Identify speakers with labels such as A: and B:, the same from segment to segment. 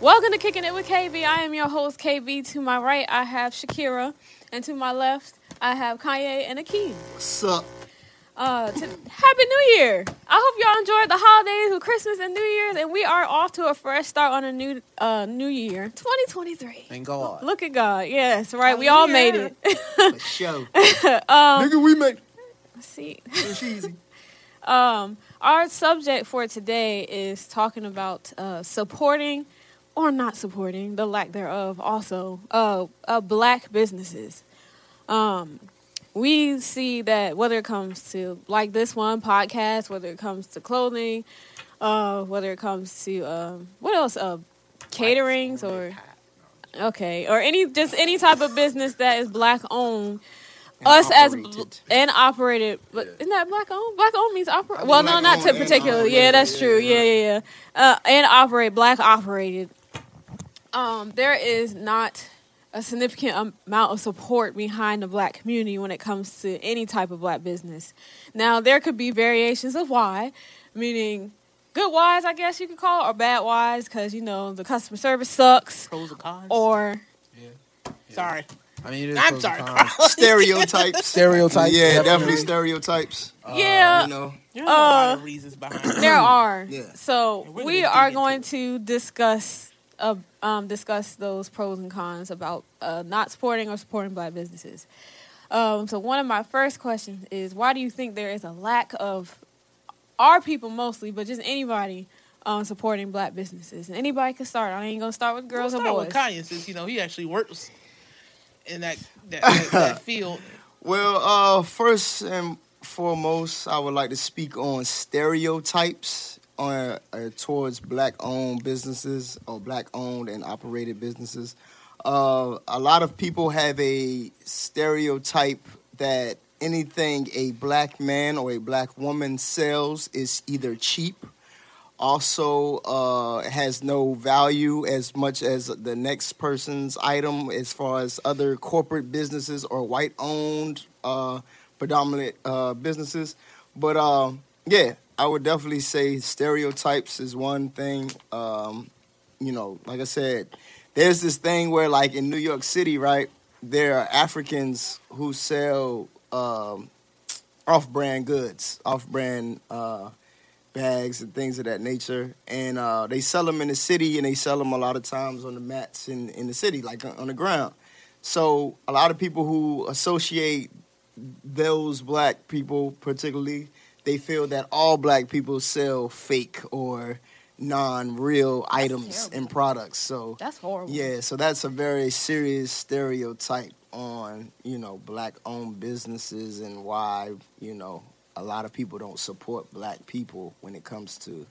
A: Welcome to Kicking It with KB. I am your host, KB. To my right, I have Shakira, and to my left, I have Kanye and Akeem.
B: What's up?
A: Uh, to, Happy New Year! I hope y'all enjoyed the holidays with Christmas and New Year's, and we are off to a fresh start on a new uh, new year, 2023.
B: Thank God. Oh,
A: Look at God. Yes, right. We all made it.
B: For sure.
A: um,
B: Nigga, we make
A: see,
B: it's easy.
A: um, our subject for today is talking about uh, supporting or not supporting the lack thereof, also uh, uh, black businesses. Um, we see that whether it comes to like this one podcast, whether it comes to clothing, uh, whether it comes to um, what else, uh, caterings or okay, or any just any type of business that is black owned.
B: And
A: Us as bl-
B: operated.
A: and operated, but
B: Yeah.
A: isn't that black owned? Black owned means operate.
B: mean,
A: Well, no,
B: black
A: not
B: owned
A: to
B: and
A: particular.
B: operated,
A: Yeah, that's
B: yeah,
A: true. Yeah,
B: yeah.
A: yeah, yeah. Uh, and operate black operated. Um, there is not a significant am- amount of support behind the black community when it comes to any type of black business. Now, there could be variations of why, meaning good wise, I guess you could call, it, or bad wise, because you know the customer service sucks,
C: Pros and cons.
A: or
C: sorry,
D: I mean, it is
C: I'm
D: pros
C: sorry,
D: and cons.
B: Stereotypes.
D: Stereotypes.
B: yeah, definitely, stereotypes.
A: yeah,
B: Uh, You know,
C: there's a lot
A: Uh,
C: of reasons behind. it.
A: there are.
B: Yeah.
A: So
C: And we're
A: we
C: gonna
A: are
C: dig into
A: going
C: it.
A: to discuss uh, um, discuss those pros and cons about uh, not supporting or supporting black businesses. Um, so one of my first questions is, why do you think there is a lack of our people mostly, but just anybody um, supporting black businesses? And anybody can start. I ain't gonna start with girls
C: We'll
A: or
C: start
A: boys.
C: with Kanye since you know he actually works in that that, that, that field.
B: Well, uh, first and foremost, I would like to speak on stereotypes on uh, towards black-owned businesses or black-owned and operated businesses. Uh, a lot of people have a stereotype that anything a black man or a black woman sells is either cheap also uh, has no value as much as the next person's item as far as other corporate businesses or white owned uh, predominant uh, businesses. But uh, yeah, I would definitely say stereotypes is one thing. Um, you know, like I said, there's this thing where, like in New York City, right, there are Africans who sell um, off brand goods, off brand. Uh, bags and things of that nature. And uh, they sell them in the city, and they sell them a lot of times on the mats in, in the city, like on on the ground. So a lot of people who associate those black people, particularly, they feel that all black people sell fake or non-real items
A: terrible.
B: and products. So
A: That's
C: Oh,
A: horrible.
B: yeah, so that's a very serious stereotype on, you know, black owned businesses and why, you know, a lot of people don't support black people when it comes to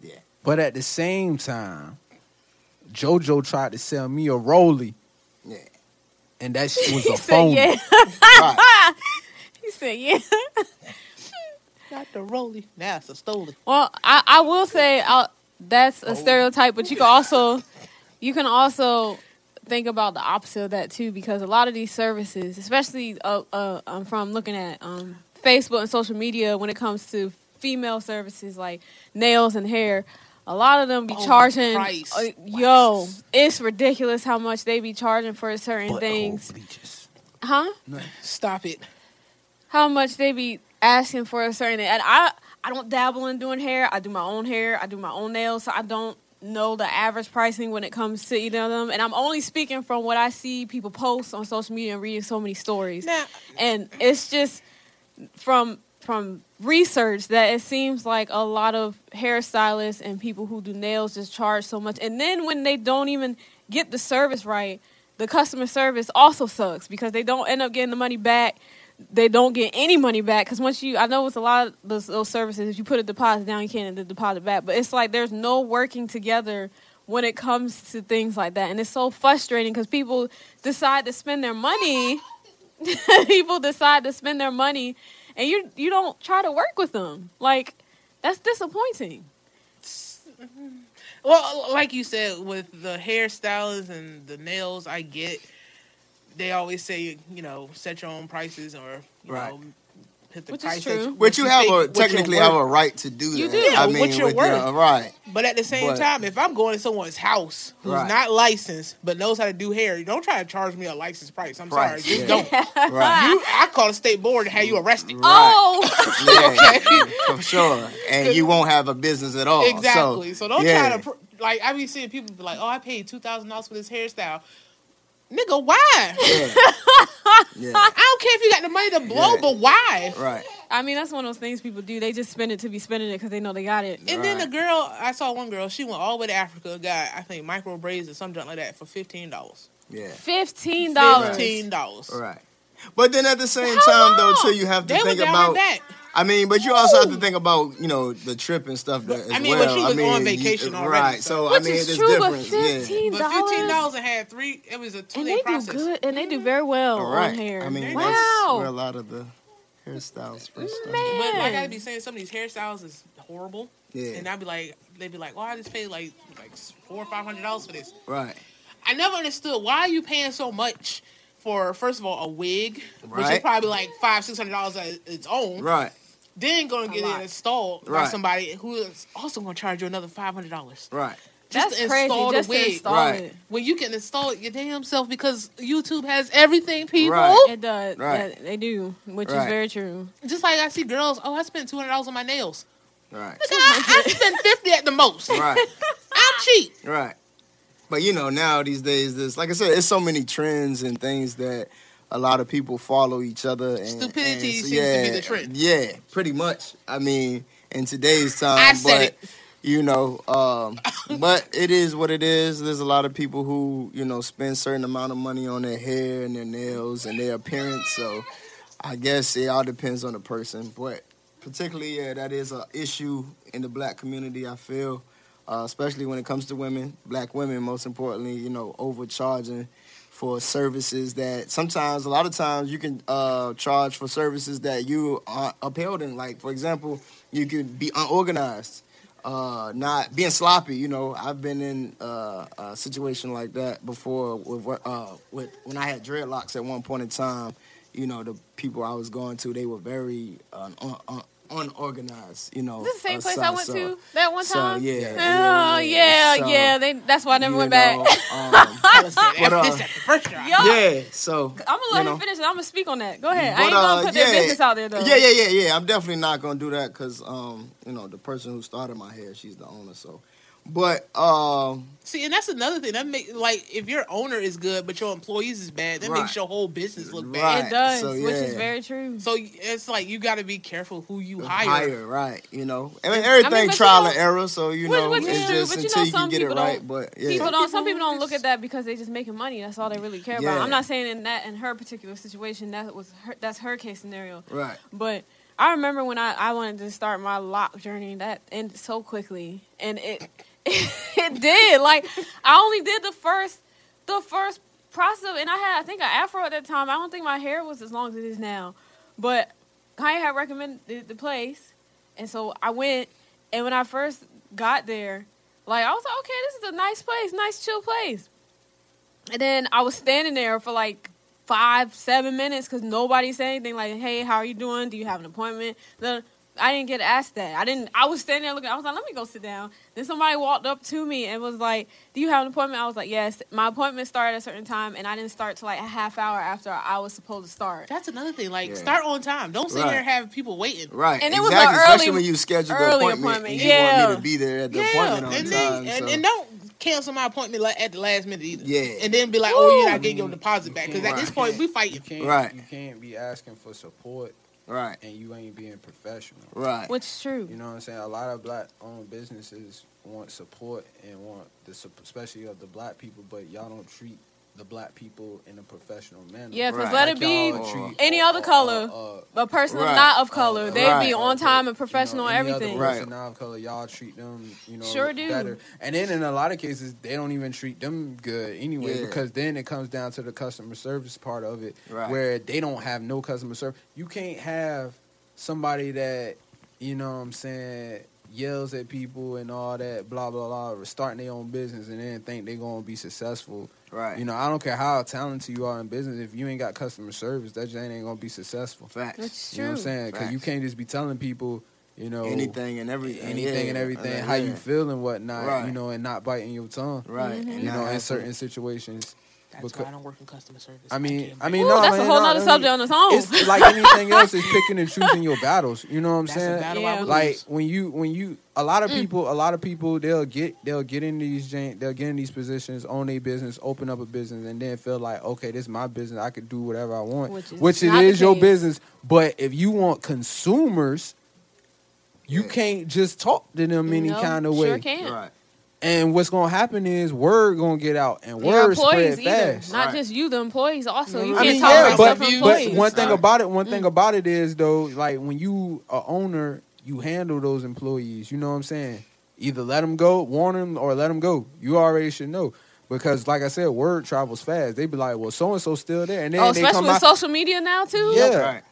B: yeah.
D: But at the same time, JoJo tried to sell me a Rolly,
B: Yeah.
D: and that shit was
A: he
D: a
A: said
D: phony.
A: yeah.
B: Right.
A: He said yeah.
C: Not the Rolly. Now it's a stolen.
A: Well, I, I will say I'll, that's
C: Oh.
A: a stereotype, but you can also you can also think about the opposite of that too, because a lot of these services, especially uh, uh, um, from looking at um, Facebook and social media, when it comes to female services like nails and hair. A lot of them be
C: Oh,
A: charging.
C: price.
A: uh, yo, it's ridiculous how much they be charging for certain
C: oh,
D: Butthole
A: things,
D: bleachers.
A: huh?
C: Stop it.
A: how much they be asking for a certain and I I don't dabble in doing hair. I do my own hair. I do my own nails. So I don't know the average pricing when it comes to either of them. And I'm only speaking from what I see people post on social media and reading so many stories.
C: Now,
A: And it's just from from research that it seems like a lot of hairstylists and people who do nails just charge so much. And then when they don't even get the service right, the customer service also sucks because they don't end up getting the money back. They don't get any money back because once you, I know it's a lot of those, those services. If you put a deposit down, you can't get the deposit back. But it's like there's no working together when it comes to things like that, and it's so frustrating because people decide to spend their money. people decide to spend their money and you you don't try to work with them. Like that's disappointing.
C: well, like you said, with the hairstylists and the nails, I get. They always say, you know, set your own prices or you
B: Right.
C: know, hit the
A: Which is
C: price.
A: true.
C: that
A: Which
B: Which you have
C: think-
B: a
C: what you're
B: technically have a
C: worth.
B: right to do that.
A: You do.
B: I
C: Yeah,
B: mean,
C: what you're
B: with
C: worth.
B: your right.
C: But at the same
B: But-
C: time, if I'm going to someone's house who's
B: Right.
C: not licensed but knows how to do hair, don't try to charge me a license price. I'm
B: Price,
C: sorry, just
B: yeah.
C: don't.
B: Right.
C: You, I call the state board and have you arrested.
B: Right.
A: Oh,
B: Yeah, for sure. And you won't have a business at all.
C: Exactly. So, don't
B: yeah.
C: try to pr- like. I be seeing people be like, "Oh, I paid two thousand dollars for this hairstyle." Nigga, why?
B: Yeah. yeah.
C: I don't care if you got the money to blow,
B: Yeah.
C: but why?
B: Right.
A: I mean that's one of those things people do. They just spend it to be spending it because they know they got it.
C: And then the
B: Right.
C: girl, I saw one girl. She went all the way to Africa, got I think micro braids or something like that for fifteen dollars.
B: Yeah.
A: Fifteen dollars.
C: Fifteen dollars.
B: Right. But then at the same
A: How long?
B: time, though, too, you have to
C: They were
B: think
C: down
B: about.
C: like that.
B: I mean, but you also have to think about you know the trip and stuff. That,
C: But-
B: as
C: I mean,
B: well.
C: but she was
B: I mean,
C: on
B: you-
C: vacation already,
B: right? So I
A: Which
B: mean,
A: is
B: it's
A: true, but
B: different.
A: fifteen
C: But fifteen
A: dollars.
C: dollars and had three. It was a two
A: And
C: day
A: they do
C: process.
A: good, and they do very well
B: yeah.
A: on
B: Right.
A: hair.
B: I mean, that's where a
A: wow,
B: lot of the hairstyles first started.
A: man,
C: But like, I gotta be saying, some of these hairstyles is horrible.
B: Yeah.
C: And I'd be like, they'd be like, "Oh, I just paid like like four or five hundred dollars for this."
B: Right.
C: I never understood why are you paying so much for first of all a wig, which is
B: Right.
C: probably like five six hundred dollars on its own.
B: Right.
C: Then going to get
A: lot.
C: it installed by
B: Right.
C: somebody who is also going to charge you another five hundred dollars.
B: Right.
A: that's
C: to
A: crazy.
C: install the
A: Just
C: wig.
A: to install
B: Right.
A: it,
C: When you can install it your damn self because YouTube has everything, people.
B: Right.
A: it does.
B: Right.
A: That- they do, which is
B: Right.
A: very true.
C: Just like I see girls, oh, I spent two hundred dollars on my nails.
B: Right.
C: Nigga, I, I spend fifty at the most.
B: Right.
C: I'm cheap.
B: Right. But you know, now these days, this like I said, it's so many trends and things that a lot of people follow each other. And,
C: Stupidity
B: and so-
C: seems to be
B: yeah,
C: the trend.
B: Yeah, pretty much. I mean, in today's time,
C: I said
B: but
C: it.
B: you know, um, but it is what it is. There's a lot of people who you know spend certain amount of money on their hair and their nails and their appearance. So I guess it all depends on the person, but particularly yeah, that is a issue in the black community. I feel, uh, especially when it comes to women, black women, most importantly, you know, overcharging for services that sometimes, a lot of times, you can uh, charge for services that you aren't upheld in. Like for example, you could be unorganized. Uh, not being sloppy, you know. I've been in uh, a situation like that before. With, uh, with when I had dreadlocks at one point in time, you know, the people I was going to, they were very uh, un- un- unorganized, you know.
A: Is this the same
B: uh,
A: place
B: so-
A: I went
B: so-
A: to that one
B: so,
A: time?
B: yeah,
A: Oh, yeah,
B: so,
A: yeah. They, that's why I never
B: you
A: went
B: know,
A: back.
B: um,
C: I said,
B: But, uh,
C: this at the first try.
A: Yo,
B: yeah, so.
A: I'm gonna let
B: you know.
A: him finish and I'm gonna speak on that. Go ahead.
B: But,
A: I ain't gonna
B: uh,
A: put their business out there though.
B: Yeah, yeah, yeah, yeah. I'm definitely not gonna do that because, um, you know, the person who started my hair, she's the owner. So, but um,
C: See, and that's another thing that make like if your owner is good but your employees is bad, that
B: Right.
C: makes your whole business look bad.
B: Right.
A: It does,
B: so,
A: which is
B: yeah.
A: very true.
C: So it's like you got to be careful who you hire.
B: higher, right? You know, I mean, everything
A: but you
B: trial
A: know-
B: and error. So you
A: Which-
B: know,
A: which
B: it's
A: is true,
B: just
A: but you know
B: until you
A: some
B: can get it
A: people don't-
B: right. But yeah,
A: People don't. Some
C: people
A: people don't look
C: just-
A: at that because they just making money. That's all they really care
B: Yeah.
A: about. I'm not saying in that in her particular situation that was her, that's her case scenario.
B: right,
A: But I remember when I, I wanted to start my lock journey that ended so quickly, and it it did. Like I only did the first the first process, of- and I had I think an afro at that time. I don't think my hair was as long as it is now, but Kanye had recommended the place, and so I went. And when I first got there, like I was like, okay, this is a nice place, nice chill place. And then I was standing there for like five, seven minutes because nobody said anything like, hey, how are you doing? Do you have an appointment? No, I didn't get asked that. I didn't. I was standing there looking. I was like, let me go sit down. Then somebody walked up to me and was like, do you have an appointment? I was like, yes. My appointment started at a certain time, and I didn't start till like a half hour after I was supposed to start.
C: That's another thing. Like
B: Yeah.
C: start on time. Don't sit
B: Right.
C: here and have people waiting.
B: right.
A: And it
B: exactly.
A: was a
B: Especially
A: early-
B: when you schedule
A: early
B: the appointment,
A: appointment,
B: and you want me
A: yeah.
B: to be there at the
C: Yeah,
B: appointment on
C: and
B: time.
C: then and,
B: so.
C: and don't cancel my appointment like, at the last minute either.
B: Yeah.
C: and then be like, oh, you're
A: Woo!
C: not getting your deposit back because at this
B: Right.
C: point we
D: You
C: fighting.
D: can't,
B: Right.
D: You can't be asking for support
B: right,
D: and you ain't being professional.
B: right,
A: Which is true.
D: You know what I'm saying? A lot of black owned businesses want support and want the sup- especially of the black people, but y'all don't treat the black people in a professional manner.
A: Yeah, 'cause
B: Right.
A: let
B: Like
A: it be
D: y'all treat
A: any
D: all-
A: other
D: all-
A: color,
D: all- all-
A: a person
B: Right.
A: not of color. They'd be
B: Right.
A: on time and
D: Oh, You know,
A: professional,
D: any other
A: everything.
B: Right.
D: person not of color, y'all treat them, you know,
A: Sure do.
D: better. And then in a lot of cases, they don't even treat them good anyway,
B: Yeah.
D: because then it comes down to the customer service part of it,
B: Right.
D: where they don't have no customer service. You can't have somebody that, you know, what I'm saying, yells at people and all that, blah blah blah, or starting their own business and then think they're gonna be successful.
B: Right.
D: You know, I don't care how talented you are in business, if you ain't got customer service, that joint ain't gonna be successful.
B: facts.
A: That's
D: You know what I'm
A: true.
D: saying? Because you
B: Facts.
D: can't just be telling people, you know,
B: Anything and everything.
D: anything and everything,
B: uh,
D: how you feel and whatnot,
B: Right.
D: you know, and not biting your tongue,
B: Right.
A: Mhm.
B: and
D: you
B: not
D: know, in
B: having-
D: certain situations.
C: That's
D: Because-
C: why I don't work in customer service.
D: I mean,
C: can't
D: I
C: be-
D: mean,
A: Ooh,
D: no,
A: that's
D: I
A: a
D: mean,
A: whole
D: no,
A: nother
D: I mean,
A: subject on its own.
D: It's like anything else; it's picking and choosing your battles. You know what I'm
C: that's
D: saying?
C: a battle
A: Yeah.
C: I would
D: like
C: lose.
D: when you when you a lot
A: Mm.
D: of people a lot of people they'll get they'll get in these jan- they'll get in these positions own their business open up a business and then feel like okay this is my business i can do whatever i want
A: Which is
D: which it
A: not the
D: is your
A: case.
D: business but if you want consumers you
B: Yeah.
D: can't just talk to them any
A: No,
D: kind of
A: Sure
D: way
A: can.
B: Right.
D: and what's gonna happen is word gonna get out and
A: Your
D: word spread
A: employees either,
D: fast
A: not
B: Right.
A: just you, the employees also. You
D: I
A: can't
D: mean,
A: talk
D: yeah,
A: about
D: but,
A: stuff from
D: but
A: employees.
D: one thing
B: Right.
D: about it, one thing about it is though, like when you are owner, you handle those employees. You know what I'm saying? Either let them go, warn them, or let them go. You already should know because, like I said, word travels fast. They be like, "Well, so and so still there," and then
A: oh,
D: they
A: especially
D: come
A: with
D: out.
A: social media now too.
D: Yeah.
B: Right.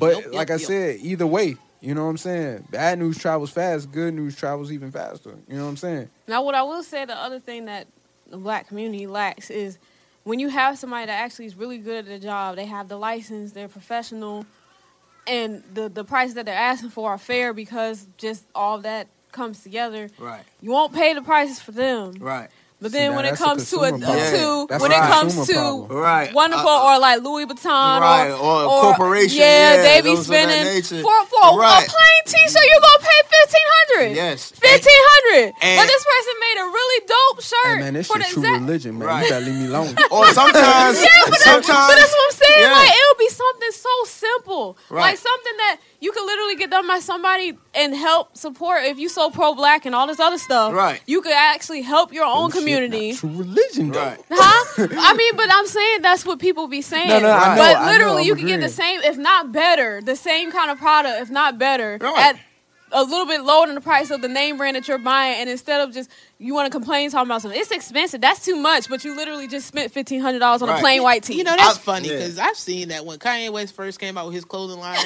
D: but
C: Yep,
D: like
C: yep,
D: I
C: yep.
D: said, either way, you know what I'm saying. Bad news travels fast. Good news travels even faster. You know what I'm saying?
A: Now, what I will say, the other thing that the black community lacks is when you have somebody that actually is really good at their job, they have the license, they're professional, and the, the prices that they're asking for are fair because just all that comes together.
B: Right.
A: You won't pay the prices for them.
B: Right.
A: But
D: See,
A: then
D: now
A: when it
D: that's a
A: comes to a,
D: consumer
A: to
B: problem.
D: That's
A: when
D: a
A: it comes
D: consumer
A: to
D: problem.
B: Right.
A: wonderful
B: Uh,
A: or like Louis Vuitton
B: right,
A: or,
B: or a corporation,
A: yeah,
B: yeah,
A: they be
B: those of that
A: spending
B: nature.
A: for for a
B: Right.
A: plain T-shirt you gonna pay fifteen hundred.
B: Yes.
A: fifteen hundred.
B: And-
A: But this person made a really dope shirt
D: Hey, man, this
A: for
D: shit
A: the
D: true
A: exact.
D: religion, man.
B: Right.
D: You gotta leave me alone.
B: or sometimes,
A: But
B: sometimes,
A: that's what I'm saying.
B: Yeah.
A: Like it'll be something so simple,
B: Right.
A: like something that you could literally get done by somebody and help support. If you so pro black and all this other stuff,
B: Right.
A: You could actually help your own
D: Shit, not
A: community.
D: True religion, though.
B: right.
A: Huh? I mean, but I'm saying that's what people be saying.
D: No, no,
A: but
B: I
D: know, I know,
A: literally,
D: I'm
A: you can get the
D: agreeing.
A: same, if not better, the same kind of product, if not better,
B: Right.
A: at a little bit lower than the price of the name brand that you're buying. And instead of just you want to complain talking about something, it's expensive. That's too much. But you literally just spent fifteen hundred dollars on
B: Right.
A: a plain white tee.
C: You know that's
B: I-
C: funny
B: yeah.
C: because I've seen that when Kanye West first came out with his clothing line.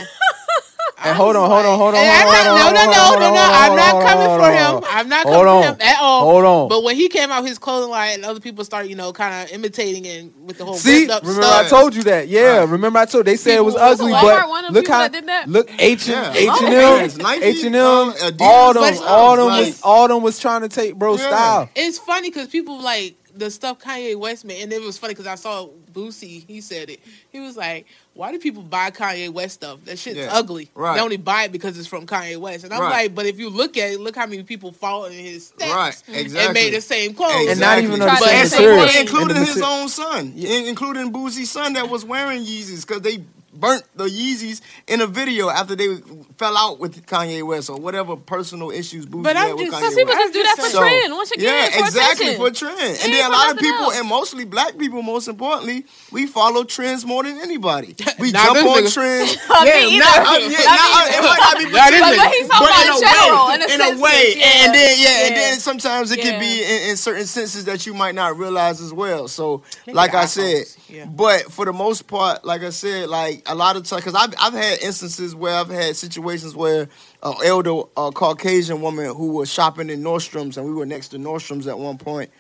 C: I
D: And hold
C: was
D: on, hold on, hold on,
C: And
D: hold
C: I'm
D: on,
C: not-
D: hold
C: no,
D: on,
C: no, no,
D: hold
C: no,
D: on,
C: no.
D: hold on,
C: I'm not
D: hold on,
C: coming
D: hold
C: for
D: on,
C: him. I'm not
D: hold
C: coming for
D: on.
C: him at all.
D: Hold on.
C: But when he came out with his clothing line and other people start, you know, kind of imitating and with the whole
D: See,
C: ripped up
D: remember
C: stuff.
D: I told you that. Yeah,
B: Right.
D: remember I told. They said it was
A: People-
D: ugly,
A: Walmart, one
D: but
A: of the
D: look
A: people
D: how
A: that did that.
D: look H
B: Yeah.
D: H and
B: Oh,
D: M
B: it's Nike,
D: H and
B: um,
D: M
B: Adidas,
D: all them
B: like,
D: all them
B: like-
D: was all them was trying to take bro
B: Yeah.
D: style.
C: It's funny because people like the stuff Kanye West made, and it was funny because I saw Boosie. He said it. He was like, "Why do people buy Kanye West stuff? That shit's
B: Yeah,
C: ugly.
B: right.
C: They only buy it because it's from Kanye West." And I'm
B: Right.
C: like, "But if you look at it, look how many people follow in his steps
B: Right,
C: and
B: exactly.
C: made the same clothes."
D: And not
B: Exactly.
D: even
A: Try
D: on the
A: to
D: same
A: And
B: And
A: so- material.
B: so,
D: material.
A: Right.
D: And the
B: including his
D: mater-
B: own son, in- including Boosie's son that was wearing Yeezys because they burnt the Yeezys in a video after they fell out with Kanye West or whatever personal issues Boosie
C: But I'm
B: had with
C: just-
B: Kanye
A: Because
B: West.
A: people just do that for
B: So,
A: trend. Once again,
B: yeah,
A: for
B: exactly
A: attention.
B: for trend. And
A: ain't
B: then a
A: for
B: lot of
A: nothing
B: people,
A: else.
B: and mostly black people, most importantly, we follow trends more than anybody. We
C: Nah,
B: jump
C: them
B: on
C: niggas-
B: trends.
A: I mean,
C: Yeah,
A: either.
B: Uh, yeah,
C: not-
B: nah, uh, it might not be
C: Nah, this
A: But-
C: nigga-
A: but he's talking
B: but in
A: about
B: a
A: in general,
B: way,
A: in a, sense,
B: way,
A: yeah.
B: and then yeah, and
A: Yeah.
B: then sometimes it
A: Yeah.
B: can be in, in certain senses that you might not realize as well. So, like
C: the
B: I
C: iPhones,
B: said,
C: yeah.
B: but for the most part, like I said, like a lot of times, because I've I've had instances where I've had situations where an elder uh, Caucasian woman who was shopping in Nordstroms, and we were next to Nordstroms at one point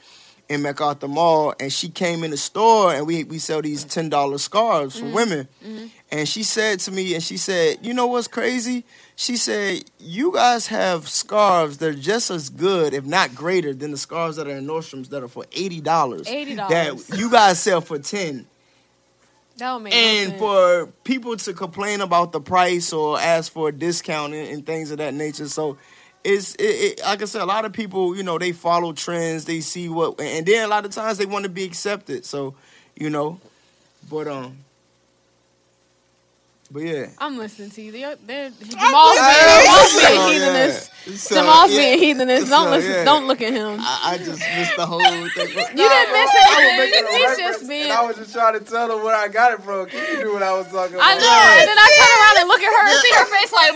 B: in MacArthur Mall, and she came in the store, and we we sell these ten dollar scarves for women, and she said to me, and she said, you know what's crazy? She said, you guys have scarves that are just as good, if not greater, than the scarves that are in Nordstroms that are for eighty dollars.
A: $80.
B: That you guys sell for ten.
A: That would make no
B: And
A: sense.
B: for people to complain about the price or ask for a discount and, and things of that nature, so it's it, it, like I said, a lot of people, you know, they follow trends, they see what, and then a lot of times they want to be accepted. So, you know, but um, but yeah,
A: I'm listening to you. They're, they're, Jamal's,
B: listening.
A: being, Jamal's being heathenist.
B: Oh, So,
A: Jamal's
B: yeah,
A: being heathenist.
B: So,
A: Don't listen.
B: yeah.
A: Don't look at him.
B: I, I just missed the whole thing.
A: You didn't miss anything. He's just being. I know.
D: was just trying to tell them where I got it from. You knew what I was talking
A: And then I turn around and look at her and see her face like,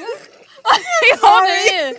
A: like holding it in.